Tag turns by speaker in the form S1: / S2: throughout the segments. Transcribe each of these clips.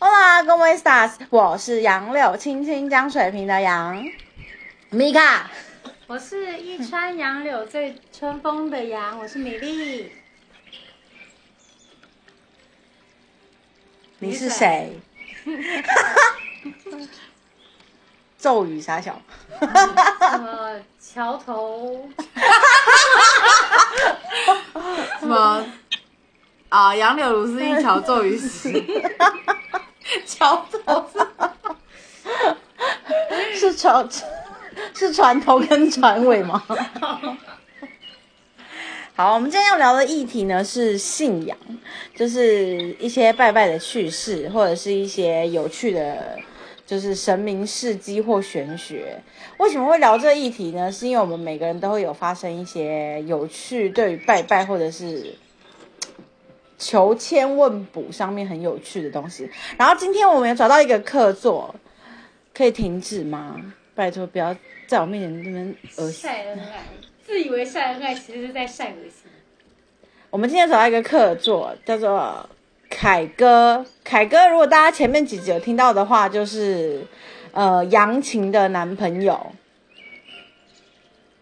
S1: 啦，各位 stars，我是杨柳青青江水平的杨米卡。
S2: 我是一
S1: 嗯
S2: 川杨柳最春风的杨，我是米粒。
S1: 你是谁？咒语傻小，
S2: 什么呃桥 头？
S3: 什么啊？杨柳如是一桥咒语 死，桥头
S1: 是船是船头跟船尾吗？好，我们今天要聊的议题呢是信仰，就是一些拜拜的趣事，或者是一些有趣的，就是神明事迹或玄学。为什么会聊这议题呢？是因为我们每个人都会有发生一些有趣对于拜拜或者是求签问卜上面很有趣的东西。然后今天我们也找到一个客座，可以停止吗？拜托，不要在我面前这边恶心。
S2: 晒恩爱，自以为晒恩爱，其实是在晒恶心。
S1: 我们今天找到一个客座，叫做凯哥。凯哥，如果大家前面几集有听到的话，就是呃杨琴的男朋友，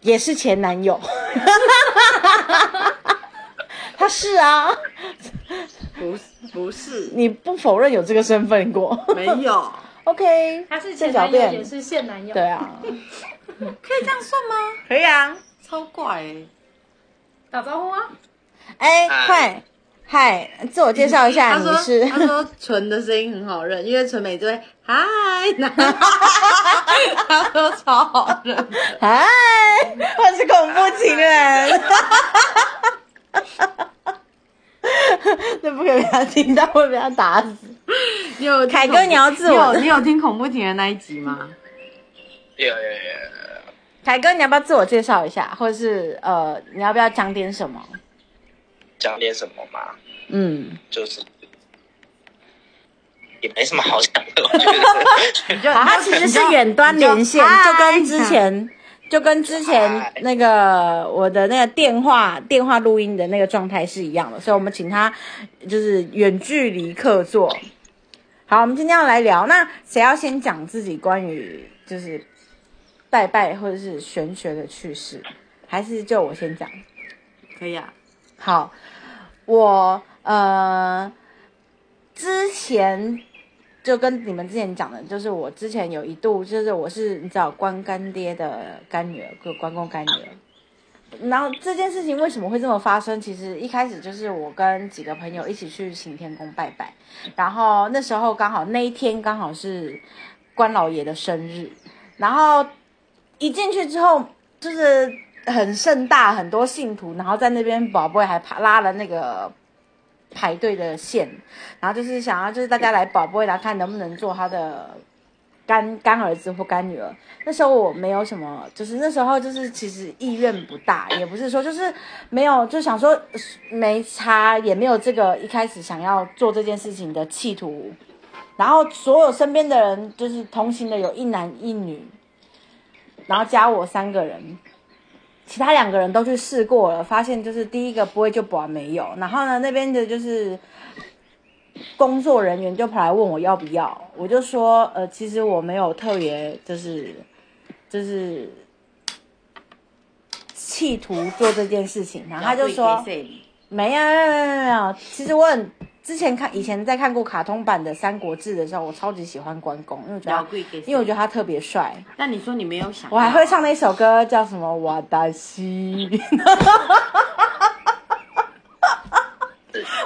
S1: 也是前男友。 他是啊，
S3: 不是不是
S1: 你不否认有这个身份过。
S3: 没有，
S1: OK，
S2: 他是
S1: 这
S2: 前
S1: 小
S2: 男友，也
S1: 便。
S2: 是现男友。
S1: 对，啊，
S3: 可以这样算吗？
S1: 可以啊。
S3: 超怪、欸，
S2: 打招呼啊！
S1: 哎，快，嗨，自我介绍一下，
S3: 嗯他
S1: 你
S3: 说
S1: 是
S3: 他说纯的声音很好认，因为纯美就会嗨， 然后他说超好 认，
S1: 嗨，哎我是恐怖情人。 那不可以被他听到，会被他打死。
S3: 你有听
S1: 凯哥
S3: 恐怖
S1: 你要自我
S3: 你有你有听恐怖情人那一集吗？
S4: 有有有，
S1: 凯哥，你要不要自我介绍一下，或者是呃，你要不要讲点什么？
S4: 讲点什么嘛？
S1: 嗯，
S4: 就是也没什么好讲的，我觉得。
S3: 你就
S1: 好，他其实是远端连线，就跟之前，就跟之前
S4: 嗨
S1: 那个我的那个电话电话录音的那个状态是一样的，所以我们请他就是远距离客座。好，我们今天要来聊，那谁要先讲自己关于就是拜拜或者是玄学的趣事，还是就我先讲？
S3: 可以啊，
S1: 好，我呃之前就跟你们之前讲的，就是我之前有一度就是我是你知道关干爹的干女儿，关关公干女儿。然后这件事情为什么会这么发生？其实一开始就是我跟几个朋友一起去行天宫拜拜，然后那时候刚好那一天刚好是关老爷的生日，然后一进去之后就是很盛大，很多信徒，然后在那边宝贝还爬拉了那个排队的线，然后就是想要就是大家来宝贝来看能不能做他的干干儿子或干女儿。那时候我没有什么，就是那时候就是其实意愿不大，也不是说就是没有就想说呃没差，也没有这个一开始想要做这件事情的企图。然后所有身边的人就是同行的有一男一女，然后加我三个人，其他两个人都去试过了，发现就是第一个不会就保没有，然后呢那边的就是工作人员就跑来问我要不要，我就说呃其实我没有特别就是就是企图做这件事情，然后他就说没有没有没有没有，其实我很之前看以前在看过卡通版的《三国志》的时候，我超级喜欢关公，因为我觉得
S3: 聊
S1: 他
S3: 贵给谁，
S1: 因为我觉得他特别帅。
S3: 那你说你没有想到，
S1: 我还会唱那首歌，叫什么？瓦达 西，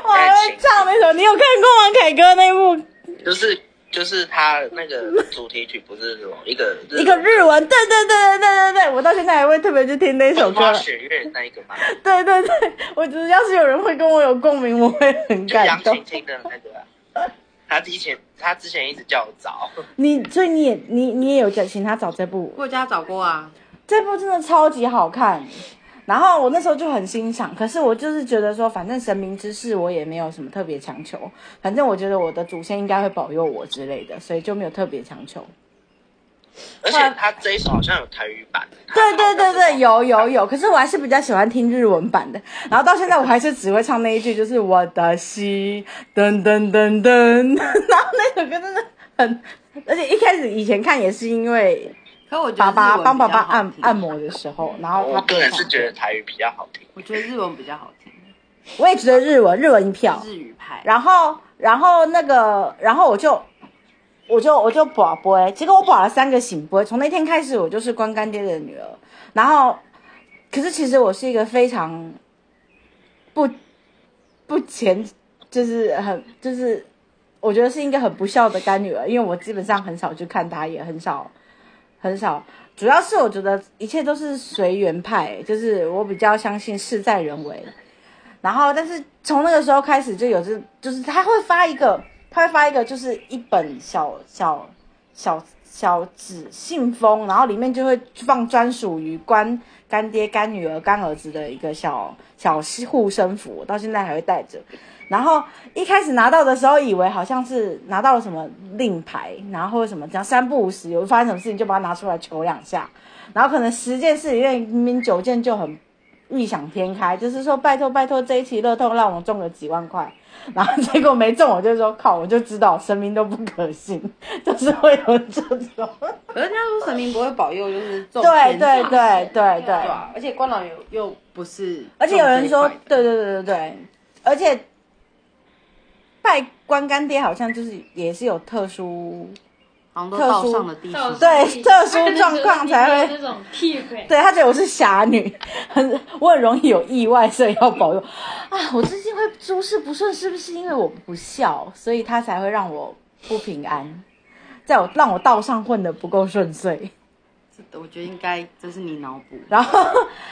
S1: 我还会唱那首。你有看过吗？凯哥那部
S4: 就是就是他那个主题曲不是什么一个
S1: 一个日文，对对对对对对对，我到现在还会特别去听那首歌
S4: 花。雪月那一个嘛，
S1: 对对对，我只要是有人会跟我有共鸣，我会很
S4: 就
S1: 感
S4: 杨
S1: 动
S4: 晴。晴的那个啊、他之前他之前一直叫我找，
S1: 你所以你也你你也有叫请他找这部，
S3: 我家找过啊，
S1: 这部真的超级好看。然后我那时候就很欣赏，可是我就是觉得说，反正神明之事我也没有什么特别强求，反正我觉得我的祖先应该会保佑我之类的，所以就没有特别强求。
S4: 而且他这一首好像有台语版。
S1: 对对对对， 有有有，可是我还是比较喜欢听日文版的。然后到现在我还是只会唱那一句，就是我的心噔噔噔噔。 然后那首歌真的很，而且一开始以前看也是因为
S3: 可我觉得
S1: 爸
S3: 日
S1: 爸
S3: 文比较
S1: 帮爸爸
S3: 好
S1: 按
S3: 听
S1: 按，摩的时候，然后
S4: 我
S1: 他
S4: 个人哦是
S1: 唱
S4: 觉得台语比较好听。
S3: 我觉得日文比较好听，
S1: 我也觉得日文日文一票。
S3: 日语派。
S1: 然后然后那个，然后我就我就我就保播，结果我保了三个醒播。从那天开始，我就是关干爹的女儿。然后，可是其实我是一个非常不不前，就是很就是，我觉得是一个很不孝的干女儿，因为我基本上很少去看她，也很少很少。主要是我觉得一切都是随缘派，就是我比较相信事在人为。然后，但是从那个时候开始就有这，就是他会发一个，他会发一个，就是一本小小小小纸信封，然后里面就会放专属于干干爹、干女儿、干儿子的一个小小护身符，我到现在还会带着。然后一开始拿到的时候，以为好像是拿到了什么令牌，然后或者什么，只要三不五时有发生什么事情，就把它拿出来求两下。然后可能十件事里面，明明九件就很异想天开，就是说拜托拜托这一期乐透让我中个几万块， 然后结果没中，我就说靠，我就知道神明都不可信， 就是会有这种，
S3: 可是人家说神明不会保佑，就是中
S1: 对
S3: 天
S1: 对对
S3: 煞
S1: 对对，
S3: 对啊，而且关老爷又不是，
S1: 而且有人说，对对对对对，而且拜关干爹好像就是也是有特殊，
S3: 杭州
S1: 特
S3: 道
S1: 殊
S3: 上的地
S2: 到
S3: 方，
S1: 对特殊状况才会
S2: 那种屁鬼。
S1: 对他觉得我是侠女， 很我很容易有意外，所以要保佑啊！我最近会诸事不顺，是不是因为我不孝，所以他才会让我不平安，在我让我道上混得不够顺遂。
S3: 这我觉得应该这是你脑补。
S1: 然后，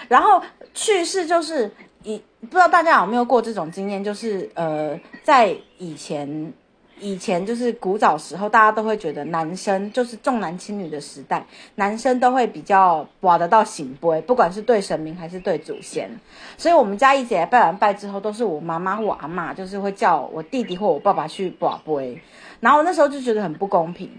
S1: 然后去世就是以不知道大家有没有过这种经验，就是呃，在以前以前就是古早时候，大家都会觉得男生就是重男轻女的时代，男生都会比较挖得到醒杯，不管是对神明还是对祖先。所以我们家一姐拜完拜之后，都是我妈妈或阿妈，就是会叫我弟弟或我爸爸去挖杯。然后我那时候就觉得很不公平，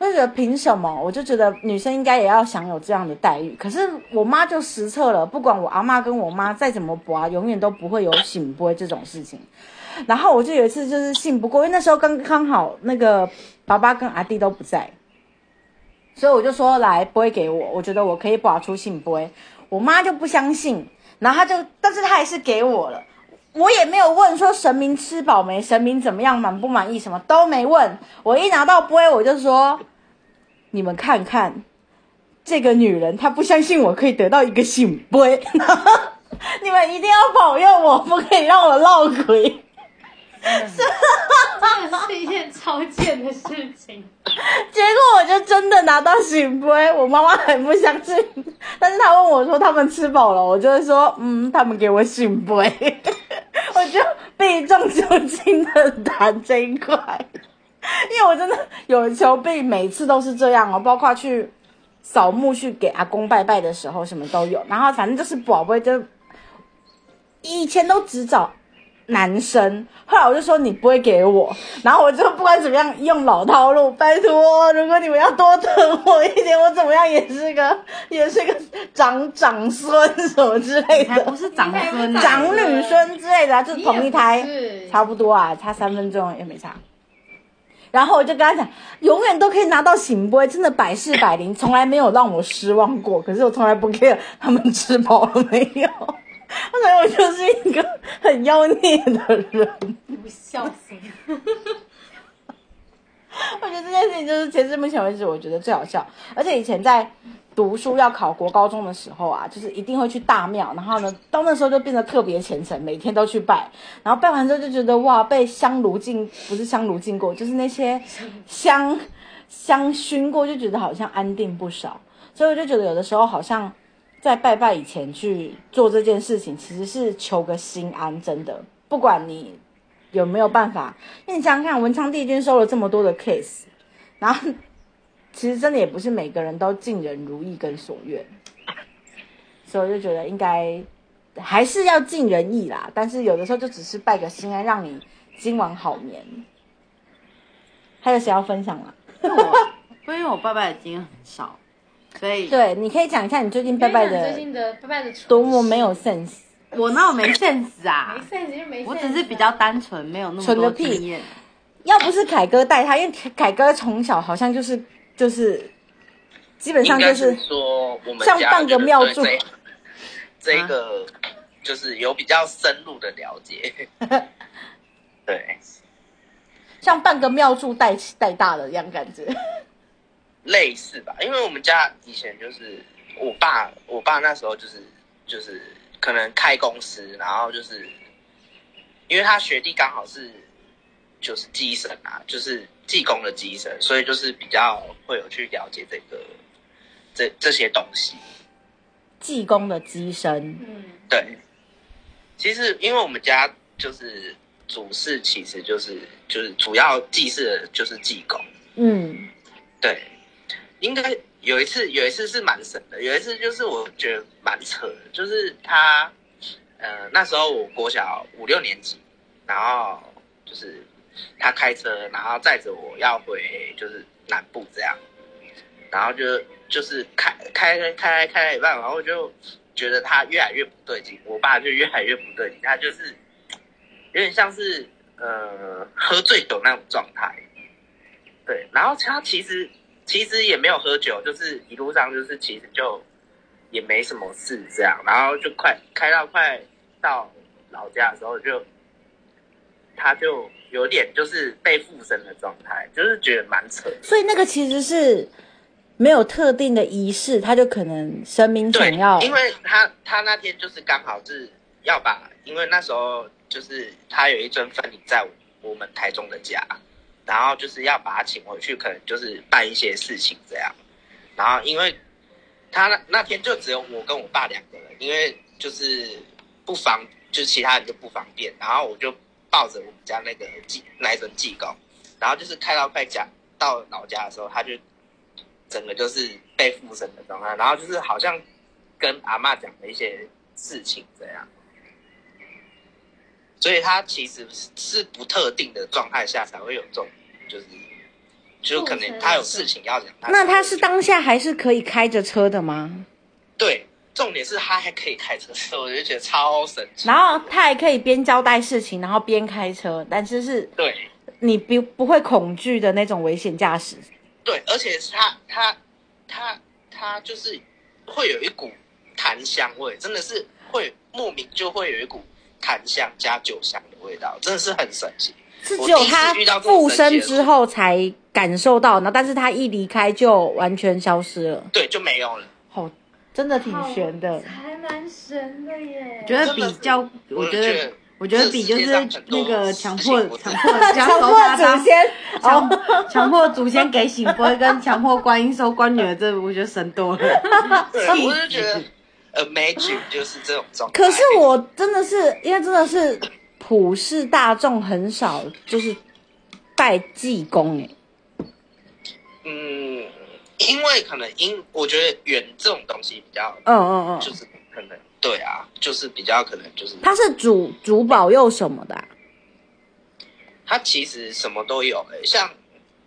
S1: 就觉得凭什么？我就觉得女生应该也要享有这样的待遇。可是我妈就实测了，不管我阿妈跟我妈再怎么拔，永远都不会有醒杯这种事情。然后我就有一次就是信不过，因为那时候刚刚好那个爸爸跟阿弟都不在，所以我就说来不会给我，我觉得我可以拔出信不会。我妈就不相信，然后她就，但是她还是给我了。我也没有问说神明吃饱没，神明怎么样，满不满意，什么都没问。我一拿到杯，我就说：“你们看看，这个女人她不相信我可以得到一个醒杯， 你们一定要保佑我，不可以让我落鬼。”
S2: 真的是一件超贱的事情。
S1: 结果我就真的拿到醒杯，我妈妈很不相信， 但是她问我说他们吃饱了，我就会说嗯，他们给我醒杯， 我就避重就轻的谈这一块， 因为我真的有求必应，每次都是这样哦，包括去扫墓去给阿公拜拜的时候，什么都有，然后反正就是宝贝就以前都只找男生，后来我就说你不会给我，然后我就不管怎么样用老套路，拜托，如果你们要多疼我一点，我怎么样也是个也是个长长孙什么之类
S3: 还不
S1: 的，
S3: 是长孙啊
S1: 长女孙之类的啊，就是同一胎。
S2: 是
S1: 差不多啊，差三分钟也没差。然后我就跟他讲，永远都可以拿到醒杯，真的百试百灵，从来没有让我失望过。可是我从来不 care 他们吃饱了没有， 所以我就是一个很妖孽的人。
S2: 不孝心。
S1: 我觉得这件事情就是截至目前为止，我觉得最好笑。而且以前在读书要考国高中的时候啊，就是一定会去大庙，然后呢，到那时候就变得特别虔诚，每天都去拜。然后拜完之后就觉得哇，被香炉浸不是香炉浸过，就是那些香香熏过，就觉得好像安定不少。所以我就觉得有的时候好像在拜拜以前去做这件事情，其实是求个心安，真的，不管你有没有办法。因为你想想看，文昌帝君收了这么多的 case，然后其实真的也不是每个人都尽人如意跟所愿，所以我就觉得应该还是要尽人意啦。但是有的时候就只是拜个心安，让你今晚好眠。还有谁要分享啦？
S3: 那我不因为我拜拜的经验很少，所以
S1: 对，你可以讲一下你最近拜拜
S2: 因为你最
S1: 的
S2: 近的拜拜的处事
S1: 多么没有 sense，
S3: 我那我没 sense
S2: 没
S3: 啊，
S2: sense 就没 sense 啊
S3: 我只是比较单纯，没有那么
S1: 纯个
S3: 多
S1: 屁
S3: 经验。
S1: 要不是凯哥带他，因为凯哥从小好像就是就是基本
S4: 应
S1: 上
S4: 该
S1: 就是是
S4: 说我们
S1: 像
S4: 家
S1: 半个
S4: 人
S1: 庙
S4: 对
S1: 祝
S4: 这这一个就是有比较深入的了 解。对，
S1: 像半个庙祝带带大的一样感觉。
S4: 类似吧，因为我们家以前就是我爸，我爸那时候就是就是可能开公司，然后就是因为他学弟刚好是就是机神啊，就是技工的机神，所以就是比较会有去了解这个这这些东西。
S1: 济公的机身，
S2: 嗯，
S4: 对，其实因为我们家就是主事，其实就是就是主要祭祀的就是济公。
S1: 嗯，
S4: 对，应该有一次，有一次是蛮神的，有一次就是我觉得蛮扯的，就是他，呃，那时候我国小五六年级，然后就是他开车，然后载着我要回就是南部这样，然后就就是开开开开开了一半，然后就觉得他越来越不对劲，我爸就越来越不对劲，他就是有点像是呃喝醉酒那种状态。对，然后他其实其实也没有喝酒，就是一路上就是其实就也没什么事这样，然后就快开到快到老家的时候就，他就有点就是被附身的状态，就是觉得蛮扯的。
S1: 所以那个其实是没有特定的仪式，他就可能神明
S4: 对
S1: 想要，，
S4: 因为他他那天就是刚好是要把，因为那时候就是他有一尊分灵在我们台中的家，然后就是要把他请回去，可能就是办一些事情这样。然后因为他那那天就只有我跟我爸两个人，因为就是不方，就其他人就不方便，然后我就抱着我们家那个济那一尊济公，然后就是开到快家到老家的时候，他就整个就是被附身的状态，然后就是好像跟阿嬷讲的一些事情这样。所以他其实是是不特定的状态下才会有这种，就是就可能他有事情要讲。才
S1: 那他是
S4: 会
S1: 当下还是可以开着车的吗？
S4: 对，重点是他还可以开车，所以我就觉得超神奇。
S1: 然后他还可以边交代事情，然后边开车，但是是
S4: 对
S1: 你不不会恐惧的那种危险驾驶。
S4: 对，而且是他他他他就是会有一股檀香味，真的是会莫名就会有一股檀香加酒香的味道，真的是很神奇。
S1: 是只有他附身之后才感受到，然后但是他一离开就完全消失了，
S4: 对，就没有了。
S1: 好、真的挺悬的。
S2: 还蛮神的耶。
S3: 我觉得比较，我觉
S4: 觉
S3: 得
S4: 得，
S3: 我觉得比就是那个强迫强迫人家
S1: 强
S3: 收
S1: 迫
S3: 大
S1: 祖
S3: 当，
S1: 先
S3: 强
S1: 哦，
S3: 强迫祖先给醒龟跟强迫观音收官女儿，这我觉得神多了。
S4: 对，
S3: 气
S4: 我就觉
S3: 死
S4: 得 imagine 就是这种状态。
S1: 可是我真的是，因为真的是普世大众很少就是拜济公哎，
S4: 嗯，因为可能因我觉得远这种东西比较
S1: 嗯嗯
S4: 就
S1: 嗯，
S4: 是可能对啊，就是比较可能就是
S1: 他是主主保佑什么的啊、
S4: 它其实什么都有、欸，像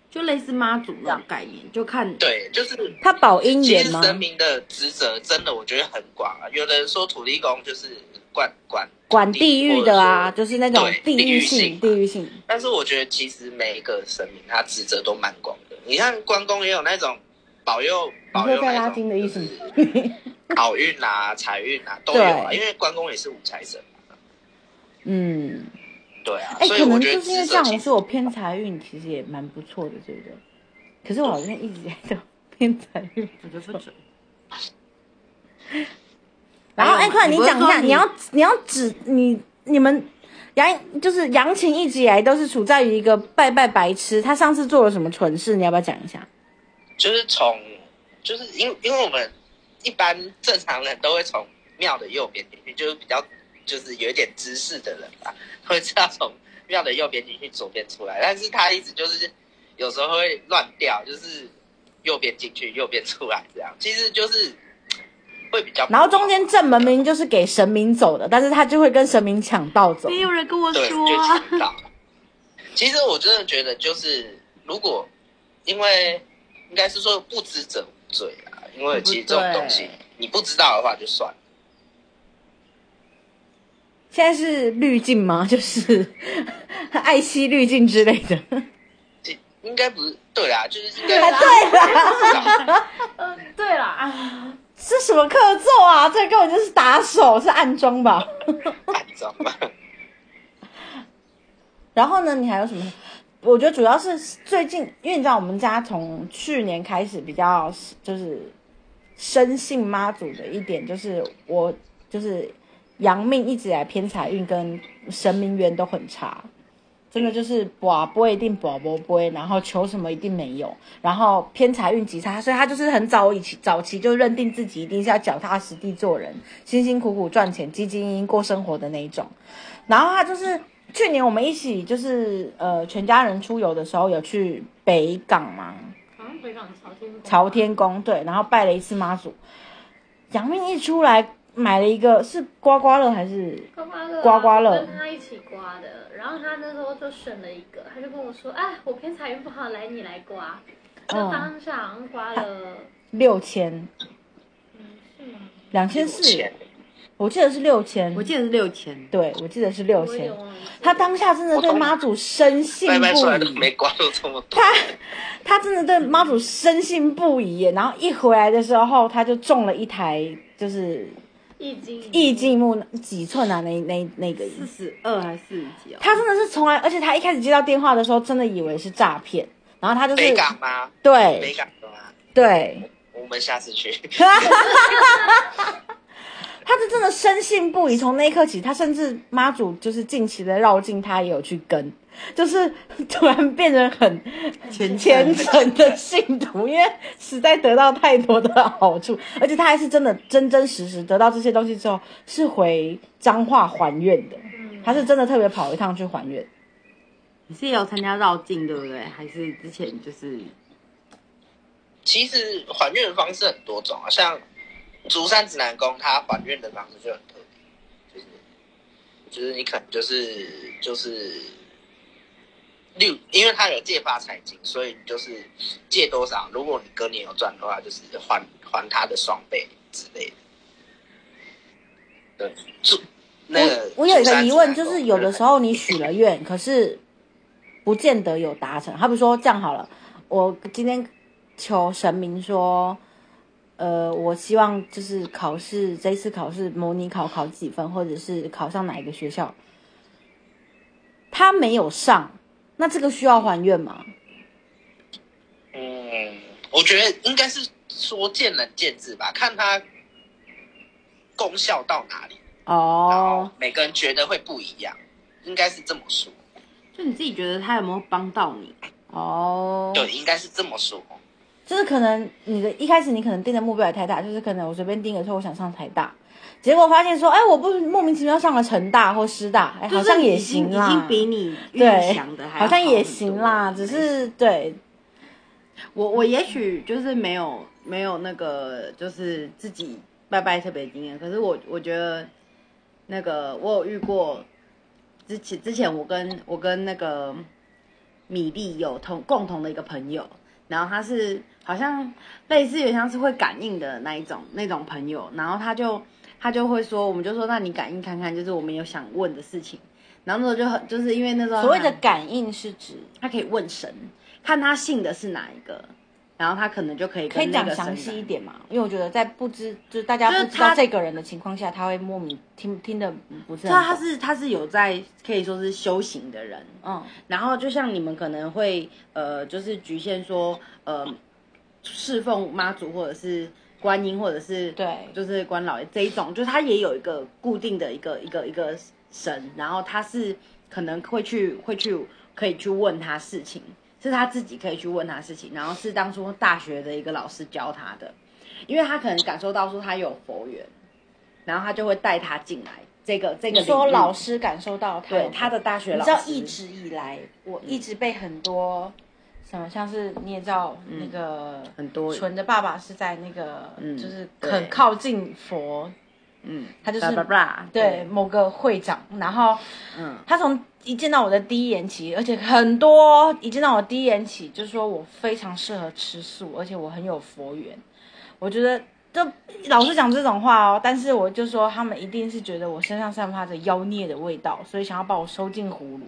S3: 就类似妈祖那种概念，就看
S4: 对，就是
S1: 他保姻
S4: 其
S1: 缘
S4: 实
S1: 吗？
S4: 神明的职责真的我觉得很广啊。有的人说土地公就是管管，
S1: 管地狱的啊，
S4: 或者说
S1: 就是那种
S4: 对
S1: 地
S4: 地
S1: 域
S4: 域
S1: 性
S4: 性
S1: 地域性。
S4: 但是我觉得其实每一个神明他职责都蛮广的。你看关公也有那种保佑
S1: 你
S4: 保
S1: 会
S4: 佑
S1: 在
S4: 那
S1: 拉
S4: 种
S1: 筋的意思吗？
S4: 好运啊、财运啊都有啊，
S1: 对
S4: 因为关公也是五财神。
S1: 嗯，
S4: 对啊，
S1: 哎、
S4: 所以
S1: 可
S4: 我
S1: 能
S4: 觉
S1: 就
S4: 得
S1: 是因为
S4: 职
S1: 这
S4: 责
S1: 样，
S4: 其
S1: 我
S4: 实
S1: 说我偏财运其实也蛮不错的，对不对？可是我好像一直在都偏财运。
S3: 我觉得不准。
S1: 然后，哎、快点，
S3: 你
S1: 你
S3: 不是
S1: 讲一下，
S3: 说
S1: 你要你要指你你们杨就是杨琴一直以来都是处在于一个拜拜白痴，他上次做了什么蠢事？你要不要讲一下？
S4: 就是从，就是因因为我们一般正常人都会从庙的右边进去，就是比较就是有一点知识的人吧，会知道从庙的右边进去，左边出来。但是他一直就是有时候会乱掉，就是右边进去，右边出来这样，其实就是会比较。
S1: 然后中间正门明明就是给神明走的，但是他就会跟神明抢道走。
S3: 没有人跟我
S4: 对，
S3: 说
S4: 就
S3: 啊，
S4: 知道。其实我真的觉得，就是如果因为应该是说不知者无罪啊，因为其实这种东西
S1: 哦对
S4: 你不知道的话就算了。
S1: 现在是滤镜吗？就是 爱惜滤镜之类的。
S4: 这应该不是对啦，就是应 该
S1: 啊，对啦，
S4: 不知道。
S2: 呃，对了啊，
S1: 是什么刻奏啊？这根本就是打手，是暗装吧？
S4: 按照吧，
S1: 然后呢，你还有什么？我觉得主要是最近，因为你知道我们家从去年开始比较就是深信妈祖的一点，就是我就是阳命一直以来偏财运跟神明缘都很差，真的就是卜不一定卜不啊不，然后求什么一定没有，然后偏财运极差，所以他就是很早以前早期就认定自己一定是要脚踏实地做人，辛辛苦苦赚钱，兢兢业业过生活的那一种。然后他就是去年我们一起就是呃全家人出游的时候有去北港嘛，
S2: 好像北港朝天宫
S1: 朝天宫对，然后拜了一次妈祖。杨命一出来买了一个是刮刮乐还是
S2: 刮刮乐啊，
S1: 刮刮乐
S2: 跟他一起刮的。然后他那时候就选了一个，他就跟我说：“哎，我偏财运不好，来你来刮。”
S3: 嗯
S2: 就当下好像刮了，
S1: 六千
S2: 嗯，是吗？
S1: 两千
S4: 有
S1: 四？
S4: 钱
S1: 我记得是六千
S3: 我，记得是六千，
S1: 对我记得是六
S2: 我有
S1: 千
S2: 点。忘记了。
S1: 他当下真的对妈祖深信
S4: 拜拜
S1: 不
S4: 出来都
S1: 疑。
S4: 没刮到这么多
S1: 他，他真的对妈祖深信不疑耶，然后一回来的时候，他就中了一台就是
S2: 易经，
S1: 易经木几寸啊？那那那个
S3: 四十二还是四十几哦？
S1: 他真的是从来，而且他一开始接到电话的时候，真的以为是诈骗，然后他就是哎
S4: 北港吗？北
S1: 对
S4: 港的吗？
S1: 对，
S4: 我们下次去。
S1: 他是真的深信不疑。从那一刻起，他甚至妈祖就是近期的绕境，他也有去跟，就是突然变得很
S3: 前
S1: 虔诚的信徒，因为实在得到太多的好处，而且他还是真的真真实实得到这些东西之后，是回彰化还愿的，
S2: 嗯，
S1: 他是真的特别跑一趟去还愿。
S3: 你是有参加绕境对不对？还是之前就是
S4: 其实还愿的方式很多种啊，像竹山指南宫，它还愿的方式就很特别，就是就是你可能就是就是六，因为它有借发财金，所以你就是借多少，如果你隔年有赚的话，就是还还他的双倍之类的。对，竹那个
S1: 我我有一
S4: 竹
S1: 个
S4: 山
S1: 疑
S4: 指
S1: 问，
S4: 南
S1: 就
S4: 宫
S1: 是有的时候你许了愿，可是不见得有达成。好比说这样好了，我今天求神明说，呃，我希望就是考试这一次考试模拟考考几分，或者是考上哪一个学校，他没有上，那这个需要还愿吗？
S4: 嗯，我觉得应该是说见仁见智吧，看它功效到哪里。然后
S1: 哦，
S4: 每个人觉得会不一样，应该是这么说。
S3: 就你自己觉得他有没有帮到你？
S1: 哦，
S4: 对，应该是这 么说。
S1: 就是可能你的一开始你可能定的目标也太大，就是可能我随便定个说我想上台大，结果发现说，哎，我不莫名其妙上了成大或师大，哎，好像也行啦，
S3: 已经比你预
S1: 对
S3: 想的还要
S1: 好像也
S3: 很多
S1: 行啦，只是对
S3: 我我也许就是没有没有那个就是自己拜拜特别经验，可是我我觉得那个我有遇过，之前之前我跟我跟那个米粒有同共同的一个朋友，然后他是好像类似有点像是会感应的那一种那种朋友，然后他就他就会说，我们就说那你感应看看，就是我们有想问的事情，然后那时候就很就是因为那时候
S1: 所谓
S3: 他
S1: 的感应是指
S3: 他可以问神，看他信的是哪一个，然后他可能就可以
S1: 可以
S3: 跟那
S1: 讲
S3: 个神
S1: 详细一
S3: 来，
S1: 点嘛，因为我觉得在不知就是大家
S3: 就是
S1: 不知道
S3: 他
S1: 这个人的情况下，他会莫名听听的不是
S3: 就
S1: 很
S3: 啊他
S1: 懂
S3: 是他是有在可以说是修行的人，
S1: 嗯
S3: 然后就像你们可能会呃，就是局限说呃，侍奉妈祖或者是观音或者是
S1: 对
S3: 就是关老爷这一种，就是他也有一个固定的一个一个一个神，然后他是可能会去会去可以去问他事情，是他自己可以去问他事情，然后是当初大学的一个老师教他的，因为他可能感受到说他有佛缘，然后他就会带他进来这个这个
S1: 你说
S3: 领域
S1: 老师感受到他有
S3: 对他的大学
S1: 你
S3: 老
S1: 知
S3: 师
S1: 道，一直以来，我一直被很多什么，像是你也知道那个
S3: 嗯很多
S1: 纯的爸爸是在那个，
S3: 嗯
S1: 就是
S3: 对
S1: 很靠近佛
S3: 嗯，
S1: 他就是
S3: 叭叭叭，
S1: 对，某个会长，然后
S3: 嗯，
S1: 他从一见到我的第一眼起，而且很多一见到我第一眼起就说我非常适合吃素，而且我很有佛缘。我觉得这老是讲这种话哦，但是我就说他们一定是觉得我身上散发着妖孽的味道，所以想要把我收进葫 芦。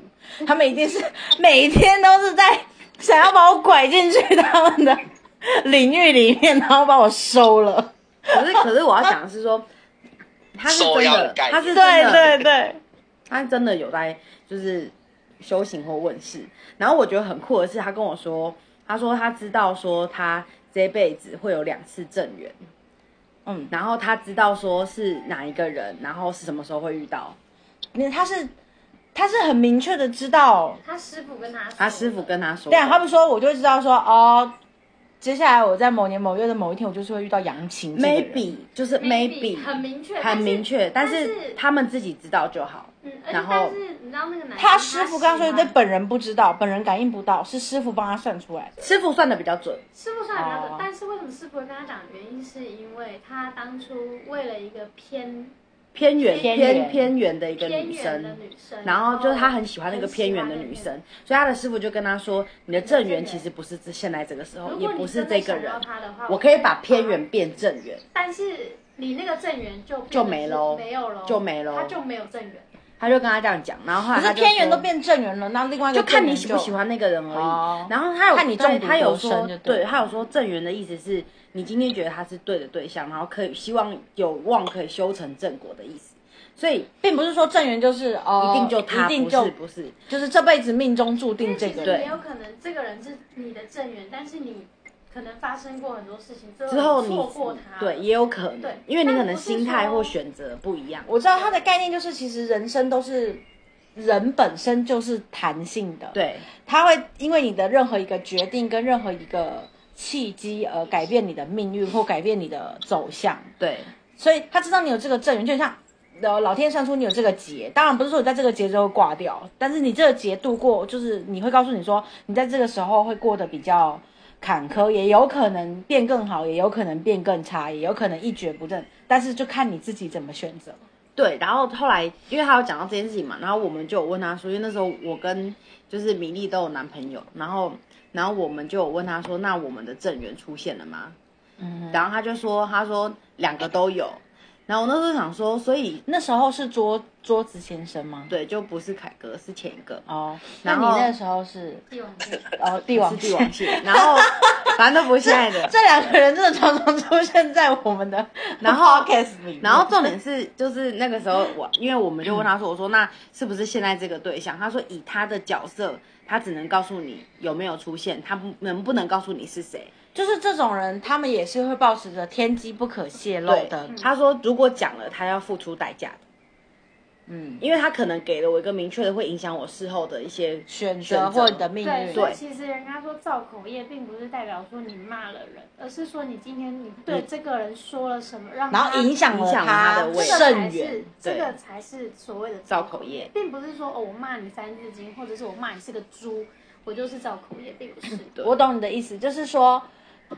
S1: 他们一定是每天都是在想要把我拐进去他们的领域里面，然后把我收了。
S3: 可是可是我要讲的是说，他是真
S4: 收腰
S3: 的，
S4: 的概念
S3: 他是真
S1: 对
S3: 的，
S1: 对对，
S3: 他真的有在就是修行或问世。然后我觉得很酷的是，他跟我说，他说他知道说他这辈子会有两次正缘，
S1: 嗯，
S3: 然后他知道说是哪一个人，然后是什么时候会遇到
S1: 那他是他是很明确的知道
S2: 他师傅跟他说
S3: 他师傅跟他说
S1: 对
S3: 的，
S1: 啊，他们说我就会知道说哦，接下来我在某年某月的某一天，我就是会遇到杨晴这个人。
S3: maybe 就是
S2: maybe
S3: maybe
S2: 很明确，
S3: 很明确，但
S2: 但
S3: 是
S2: 是
S3: 他们自己知道就好。
S2: 嗯，而且
S3: 然后
S2: 但是你知道那个男生
S1: 他师傅刚刚说
S2: 喜欢
S1: 的，本人不知道，本人感应不到，是师傅帮他算出来的。
S3: 师傅算的比较准，
S2: 师傅虽然比较
S1: 哦
S2: 准，但是为什么师傅会跟他讲？原因是因为他当初为了一个偏
S3: 偏远
S1: 偏
S3: 偏
S1: 远
S3: 偏远的一个
S2: 偏
S3: 女
S2: 远的
S3: 生，
S2: 女生，
S3: 然后就是他很喜欢那个偏远的女生，所以他的师傅就跟他说，你的正缘其实不是现在这个时候，
S2: 很喜欢那个女生。
S3: 哦也不是这个人
S2: 如果你真的想到，他的话，
S3: 我可以把偏远，变正缘。
S2: 但是你那个正缘就
S3: 就没喽
S2: 没有喽，
S3: 就没喽
S2: 他就没有正缘。
S3: 他就跟他这样讲，然后后
S1: 可是
S3: 来他
S1: 哦
S3: 就
S1: 偏圆
S3: 说
S1: 都。变正圆了，那另外一
S3: 就
S1: 个
S3: 看你
S1: 正圆
S3: 喜不喜。欢那个人而已。
S1: 哦
S3: 然后他有
S1: 看你
S3: 对
S1: 中毒
S3: 他有
S1: 多深
S3: 说
S1: 就，对
S3: 对
S1: 了
S3: 他有说正缘的意思是你今天觉得他是对的对象，然后可以希望有望可以修成正果的意思。所以
S1: 并不是说正缘就是哦，
S3: 一定就他
S1: 一定
S3: 不
S1: 就是
S3: 不是，
S1: 就是这辈子命中注定这个
S2: 因为其实
S1: 人
S2: 也。有可能这个人是你的正缘，但是你可能发生过很多事情
S3: 之后
S2: 错过
S3: 你
S2: 他，
S3: 对也有可能
S2: 对，
S3: 因为你
S2: 但
S3: 可
S2: 不
S3: 能
S2: 是
S3: 心态
S2: 说
S3: 或选择不一样。
S1: 我知道他的概念就是，其实人生都是人本身就是弹性的，
S3: 对
S1: 它会因为你的任何一个决定跟任何一个契机而改变你的命运或改变你的走向。
S3: 对
S1: 所以他知道你有这个正缘，就像老老天算出你有这个劫，当然不是说你在这个劫之后挂掉，但是你这个劫度过，就是你会告诉你说，你在这个时候会过得比较坎坷，也有可能变更好，也有可能变更差，也有可能一蹶不振，但是就看你自己怎么选择。
S3: 对，然后后来因为他有讲到这件事情嘛，然后我们就有问他说，因为那时候我跟就是米粒都有男朋友，然后然后我们就有问他说，那我们的正缘出现了吗？
S1: 嗯，
S3: 然后他就说，他说两个都有。然后我那时候想说，所以
S1: 那时候是桌桌子先生吗？
S3: 对，就不是凯哥，是前一个
S1: 哦，那
S3: 然
S1: 你
S3: 后
S1: 那时候是
S2: 帝 王蟹
S1: 哦帝王
S3: 是帝王蟹，然后反正都不是现在的。
S1: 这两个人真的常常出现在我们 的
S3: 然后
S1: podcast 里面，
S3: 然后重点是，就是那个时候我，因为我们就问他说，我说那是不是现在这个对象？他说以他的角色，他只能告诉你有没有出现，他不能不能告诉你是谁。
S1: 就是这种人，他们也是会保持着天机不可泄露
S3: 对
S1: 的，，
S3: 他说如果讲了，他要付出代价的，
S1: 嗯，
S3: 因为他可能给了我一个明确的，会影响我事后的一些
S1: 嗯选
S3: 择
S1: 择或你的命
S2: 对，
S1: 运。
S2: 所以其实人家说造口业，并不是代表说你骂了人，而是说你今天你对这个人说了什么，让
S1: 然后
S2: 他
S1: 影响
S3: 影
S1: 了
S3: 响了他的
S2: 这
S3: 位
S2: 个
S3: 置
S2: 才
S1: 甚
S2: 是
S1: 远。
S2: 这
S3: 对
S2: 个才是所谓的
S3: 造口业。
S2: 并不是说哦，我骂你三字经，或者是我骂你是个猪，我就是造口业，并不是。
S3: 对
S1: 我懂你的意思，就是说。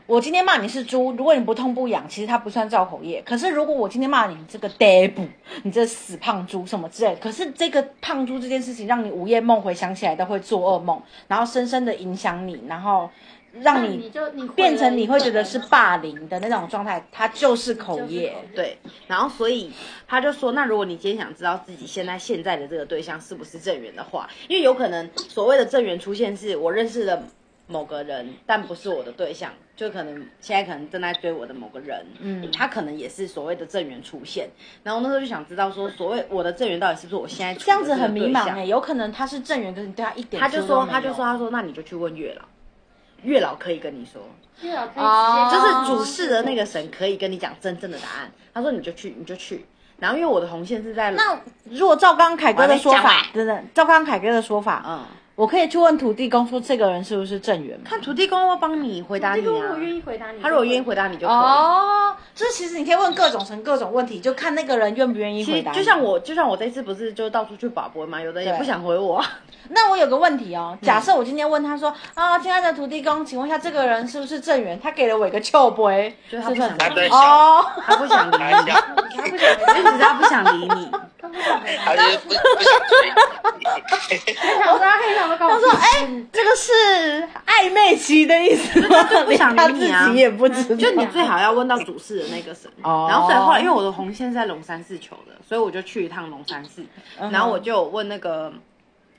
S1: 我今天骂你是猪，如果你不痛不痒，其实它不算造口业。可是如果我今天骂你这个 d e b 你这死胖猪什么之类，可是这个胖猪这件事情让你午夜梦回想起来都会做噩梦，然后深深的影响你，然后让
S2: 那
S1: 你
S2: 你就你毁
S1: 变
S2: 了
S1: 成
S2: 一
S1: 你
S2: 个
S1: 会觉得
S2: 人
S1: 是霸凌的那种状态，它就是口
S2: 就是
S1: 业。
S2: 口业
S3: 对，然后所以他就说，那如果你今天想知道自己现在现在的这个对象是不是正缘的话，因为有可能所谓的正缘出现是我认识的某个人，但不是我的对象，就可能现在可能正在追我的某个人，嗯，他可能也是所谓的正缘出现。然后那时候就想知道说，所谓我的正缘到底是不是我现在处的
S1: 这样子很
S3: 这个
S1: 迷
S3: 对
S1: 茫
S3: 象
S1: 哎、有可能他是正缘，可是你对他一点
S3: 他就
S1: 助都
S3: 说，
S1: 没
S3: 他就
S1: 有
S3: 说，他说，那你就去问月老，月老可以跟你说，
S2: 月老可以
S1: 哦
S2: 直接
S3: 就是
S2: 告诉
S3: 主
S2: 你
S3: 事的那个神可以跟你讲真正的答案。他说你就去，你就去。然后因为我的红线是在
S1: 那如果照刚刚凯哥的说
S3: 我还没
S1: 法
S3: 讲，
S1: 真的照刚刚凯哥的说法，
S3: 嗯，
S1: 我可以去问土地公说这个人是不是正缘吗？
S3: 看土地公会帮你回答
S2: 这
S3: 你
S2: 个我愿
S3: 啊。
S2: 意回答你，
S3: 他如果愿意回答你就可以。
S1: 哦，就是其实你可以问各种神各种问题，就看那个人愿不愿意
S3: 其
S1: 回
S3: 实
S1: 答你。
S3: 就像我，就像我这次不是就到处去保博嘛，有的也
S1: 对
S3: 不想回我啊，
S1: 那我有个问题哦，假设我今天问他说、啊，亲爱的土地公，请问一下这个人是不是正缘？他给了我一个臭杯，
S3: 就是他
S1: 不
S3: 不
S1: 是
S3: 想
S1: 很
S4: 他在
S3: 理
S4: 想
S3: 你，
S1: 哦？
S3: 他不想理
S4: 他
S3: 你，
S4: 想，
S2: 他不想
S3: 就只是他不想理你。
S2: 他不想回答，
S4: 他就是不不想追你。
S2: 他想说他很想说搞
S1: 他说：“哎、
S2: 嗯
S1: 这个是暧昧期的意思吗？
S3: 不想
S1: 他
S3: 理你啊
S1: 自己也不知道。
S3: 就你最啊好要问到主事的那个神。
S1: 哦
S3: 然后所以后来，因为我的红线是在龙山寺求的，所以我就去一趟龙山寺，
S1: 嗯哼
S3: 然后我就有问那个，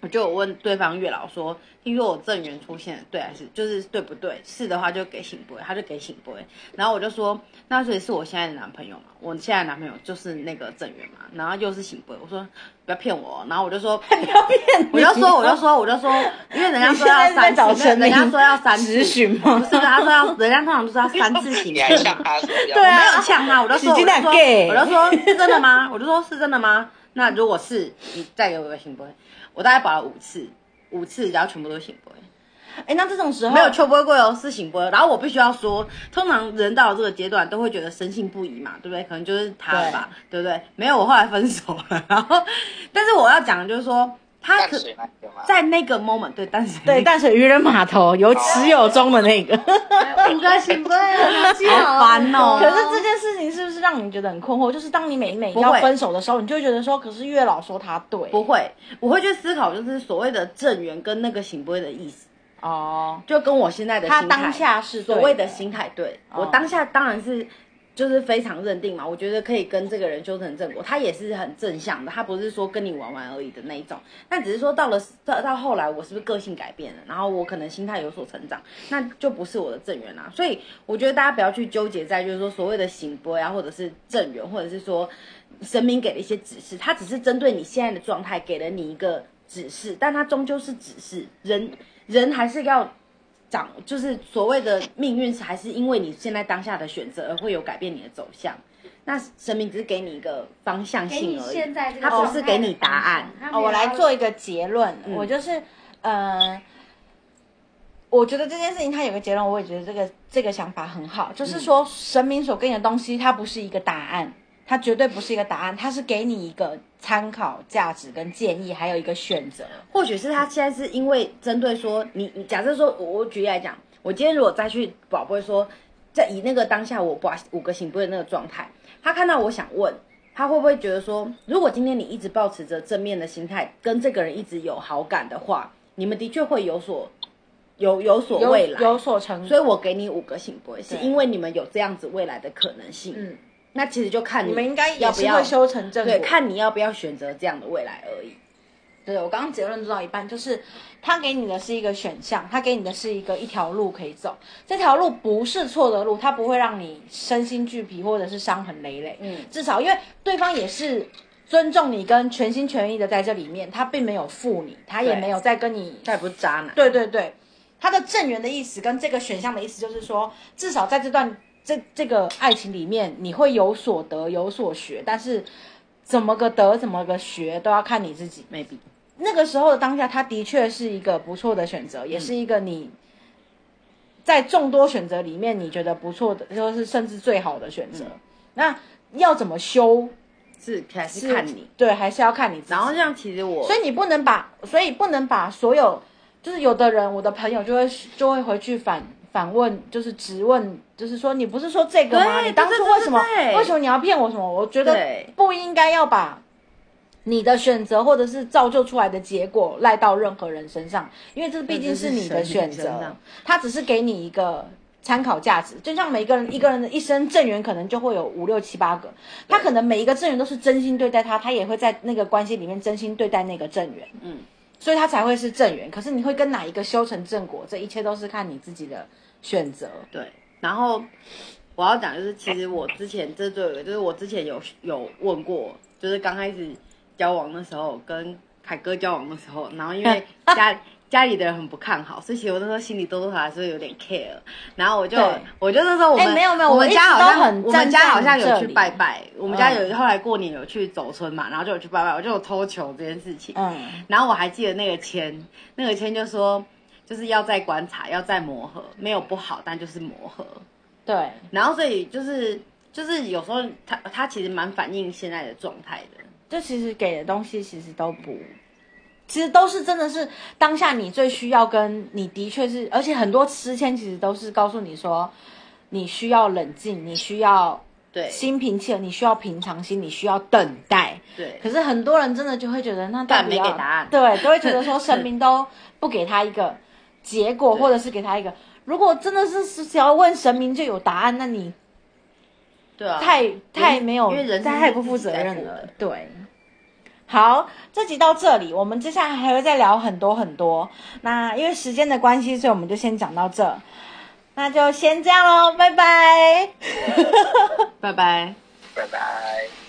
S3: 我就有问对方月老说，听说我正缘出现了，对还是就是对不对？是的话就给醒波，他就给醒波。然后我就说，那所以是我现在的男朋友嘛？我现在的男朋友就是那个正缘嘛，然后又是醒波。我说不要骗我哦，然后我就说
S1: 不要骗
S3: 我就说，我就说，我就说，因为人家说
S1: 你现
S3: 要
S1: 在是在
S3: 三
S1: 找
S3: 次，
S1: 神
S3: 人家
S1: 明
S3: 说要三次
S1: 咨询吗
S3: 不是，他说要，人家通常都是 要三次行
S4: 你还
S3: 骗
S4: 像他说一样，
S1: 对
S3: 我
S1: 啊
S3: 没有呛他，我 就说，
S1: 你真
S3: 我就
S1: 的
S3: 说，
S1: gay
S3: 我就说是真的吗？ 我就说是真的吗？那如果是，你再给我一个行不？我大概保了五次，五次，然后全部都行不？
S1: 哎、那这种时候
S3: 没有秋波过哦，是行不？然后我必须要说，通常人到了这个阶段都会觉得深信不疑嘛，对不对？可能就是他了吧，对不对？没有，我后来分手了。然后， 但是我要讲的就是说，他
S4: 淡
S3: 可
S4: 水那个嘛，
S3: 在那个 moment 啊对，但是
S1: 对淡水渔人码头有始有终的那个。
S2: 哎五个醒不了，记好
S3: 好烦哦
S1: 可是这件事情是不是让你觉得很困惑？就是当你每每
S3: 不会
S1: 要分手的时候，你就会觉得说，可是月老说他对
S3: 不会，我会去思考，就是所谓的正缘跟那个行不会的意思，
S1: 哦，
S3: 就跟我现在的心
S1: 他
S3: 态
S1: 当下是对
S3: 所谓的心态对
S1: 哦
S3: 我当下当然是就是非常认定嘛，我觉得可以跟这个人修成正果，他也是很正向的，他不是说跟你玩玩而已的那一种，但只是说到了到到后来，我是不是个性改变了，然后我可能心态有所成长，那就不是我的正缘啦、啊所以我觉得大家不要去纠结在就是说所谓的行波啊，或者是正缘，或者是说神明给了一些指示，他只是针对你现在的状态给了你一个指示，但他终究是指示，人人还是要掌，就是所谓的命运，还是因为你现在当下的选择而会有改变你的走向。那神明只是给你一个方向
S2: 给
S3: 性
S2: 你
S3: 而
S2: 现
S3: 已，
S2: 在这个
S3: 他
S2: 状态的方向，嗯
S3: 不是给你答案
S2: 他没有
S1: 哦，我来做一个结论，
S3: 嗯
S1: 我就是，呃，我觉得这件事情它有个结论，我也觉得这个这个想法很好，就是说神明所给你的东西，它不是一个答案，它绝对不是一个答案，它是给你一个参考价值跟建议，还有一个选择。
S3: 或许是他现在是因为针对说你，你假设说我我举例来讲，我今天如果再去宝贝说，在以那个当下我把五个行不的那个状态，他看到我想问。他会不会觉得说，如果今天你一直保持着正面的心态，跟这个人一直有好感的话，你们的确会有所有有所
S1: 有
S3: 未来，
S1: 有所成，
S3: 所以我给你五个醒波，是
S1: 对
S3: 因为你们有这样子未来的可能性。
S1: 嗯，
S3: 那其实就看
S1: 你们应该也
S3: 要不
S1: 是
S3: 要
S1: 会修成正果。
S3: 对，看你要不要选择这样的未来而已。
S1: 对我刚刚结论做到一半，就是他给你的是一个选项，他给你的是一个一条路可以走，这条路不是错的路，它不会让你身心俱疲或者是伤痕累累。
S3: 嗯
S1: 至少因为对方也是尊重你跟全心全意的在这里面，他并没有负你，他也
S3: 对
S1: 没有在跟你
S3: 他也不是渣男，
S1: 对对对，它的正缘的意思跟这个选项的意思就是说，至少在这段这这个爱情里面，你会有所得有所学，但是怎么个得怎么个学都要看你自己。
S3: ，maybe
S1: 那个时候的当下，它的确是一个不错的选择，
S3: 嗯
S1: 也是一个你在众多选择里面你觉得不错的，就是甚至最好的选择。
S3: 嗯
S1: 那要怎么修？
S3: 是还是看你。，
S1: 对，还是要看你自己。
S3: 然后这样其实我
S1: 所以你不能把，所以不能把所有，就是有的人，我的朋友就会就会回去反反问，就是质问，就是说你不是说这个吗？
S3: 对
S1: 你当初为什么
S3: 对对对对
S1: 为什么你要骗我什么？我觉得
S3: 对
S1: 不应该要把你的选择或者是造就出来的结果赖到任何人身上，因为这毕竟是你的选
S3: 这是神明身
S1: 择
S3: 上，
S1: 他只是给你一个。参考价值，就像每一个人一个人的一生正缘，可能就会有五六七八个，他可能每一个正缘都是真心对待他，他也会在那个关系里面真心对待那个正缘。所以他才会是正缘。可是你会跟哪一个修成正果，这一切都是看你自己的选择。
S3: 对，然后我要讲就是，其实我之前这就有一个，就是我之前有有问过，就是刚开始交往的时候，跟凯哥交往的时候，然后因为 家家里的人很不看好，所以其实我那时候心里多多少少还是有点 care。然后我就
S1: 对
S3: 我就那时候我
S1: 哎
S3: 们、
S1: 没有没有
S3: 我
S1: 我
S3: 们
S1: 一直
S3: 家好
S1: 都
S3: 像
S1: 很
S3: 我
S1: 站
S3: 们家
S1: 在
S3: 好像
S1: 你
S3: 有
S1: 这
S3: 去
S1: 里
S3: 拜拜，我们家有、
S1: 嗯
S3: 后来过年有去走村嘛，然后就有去拜拜，我就有偷球这件事情。
S1: 嗯，
S3: 然后我还记得那个签，那个签就说就是要再观察，要再磨合，没有不好，但就是磨合。
S1: 对，
S3: 然后所以就是就是有时候他他其实蛮反映现在的状态的，
S1: 就其实给的东西其实都不其实都是真的是当下你最需要跟你的确是，而且很多诗签其实都是告诉你说，你需要冷静，你需要
S3: 对
S1: 心平气和，你需要平常心，你需要等待。
S3: 对
S1: 可是很多人真的就会觉得，那到底
S3: 但没给
S1: 要
S3: 答案
S1: 对，都会觉得说生命都不给他一个结果，
S3: 对
S1: 或者是给他一个。如果真的是只要问神明就有答案，那你
S3: 对啊，
S1: 太太没有，
S3: 因为人生
S1: 太
S3: 是
S1: 不
S3: 自
S1: 负
S3: 己
S1: 责
S3: 在
S1: 任
S3: 过
S1: 了
S3: 的。
S1: 对，好，这集到这里，我们接下来还会再聊很多很多。那因为时间的关系，所以我们就先讲到这，那 就先这样喽，拜拜。
S3: 拜拜。
S4: 拜拜。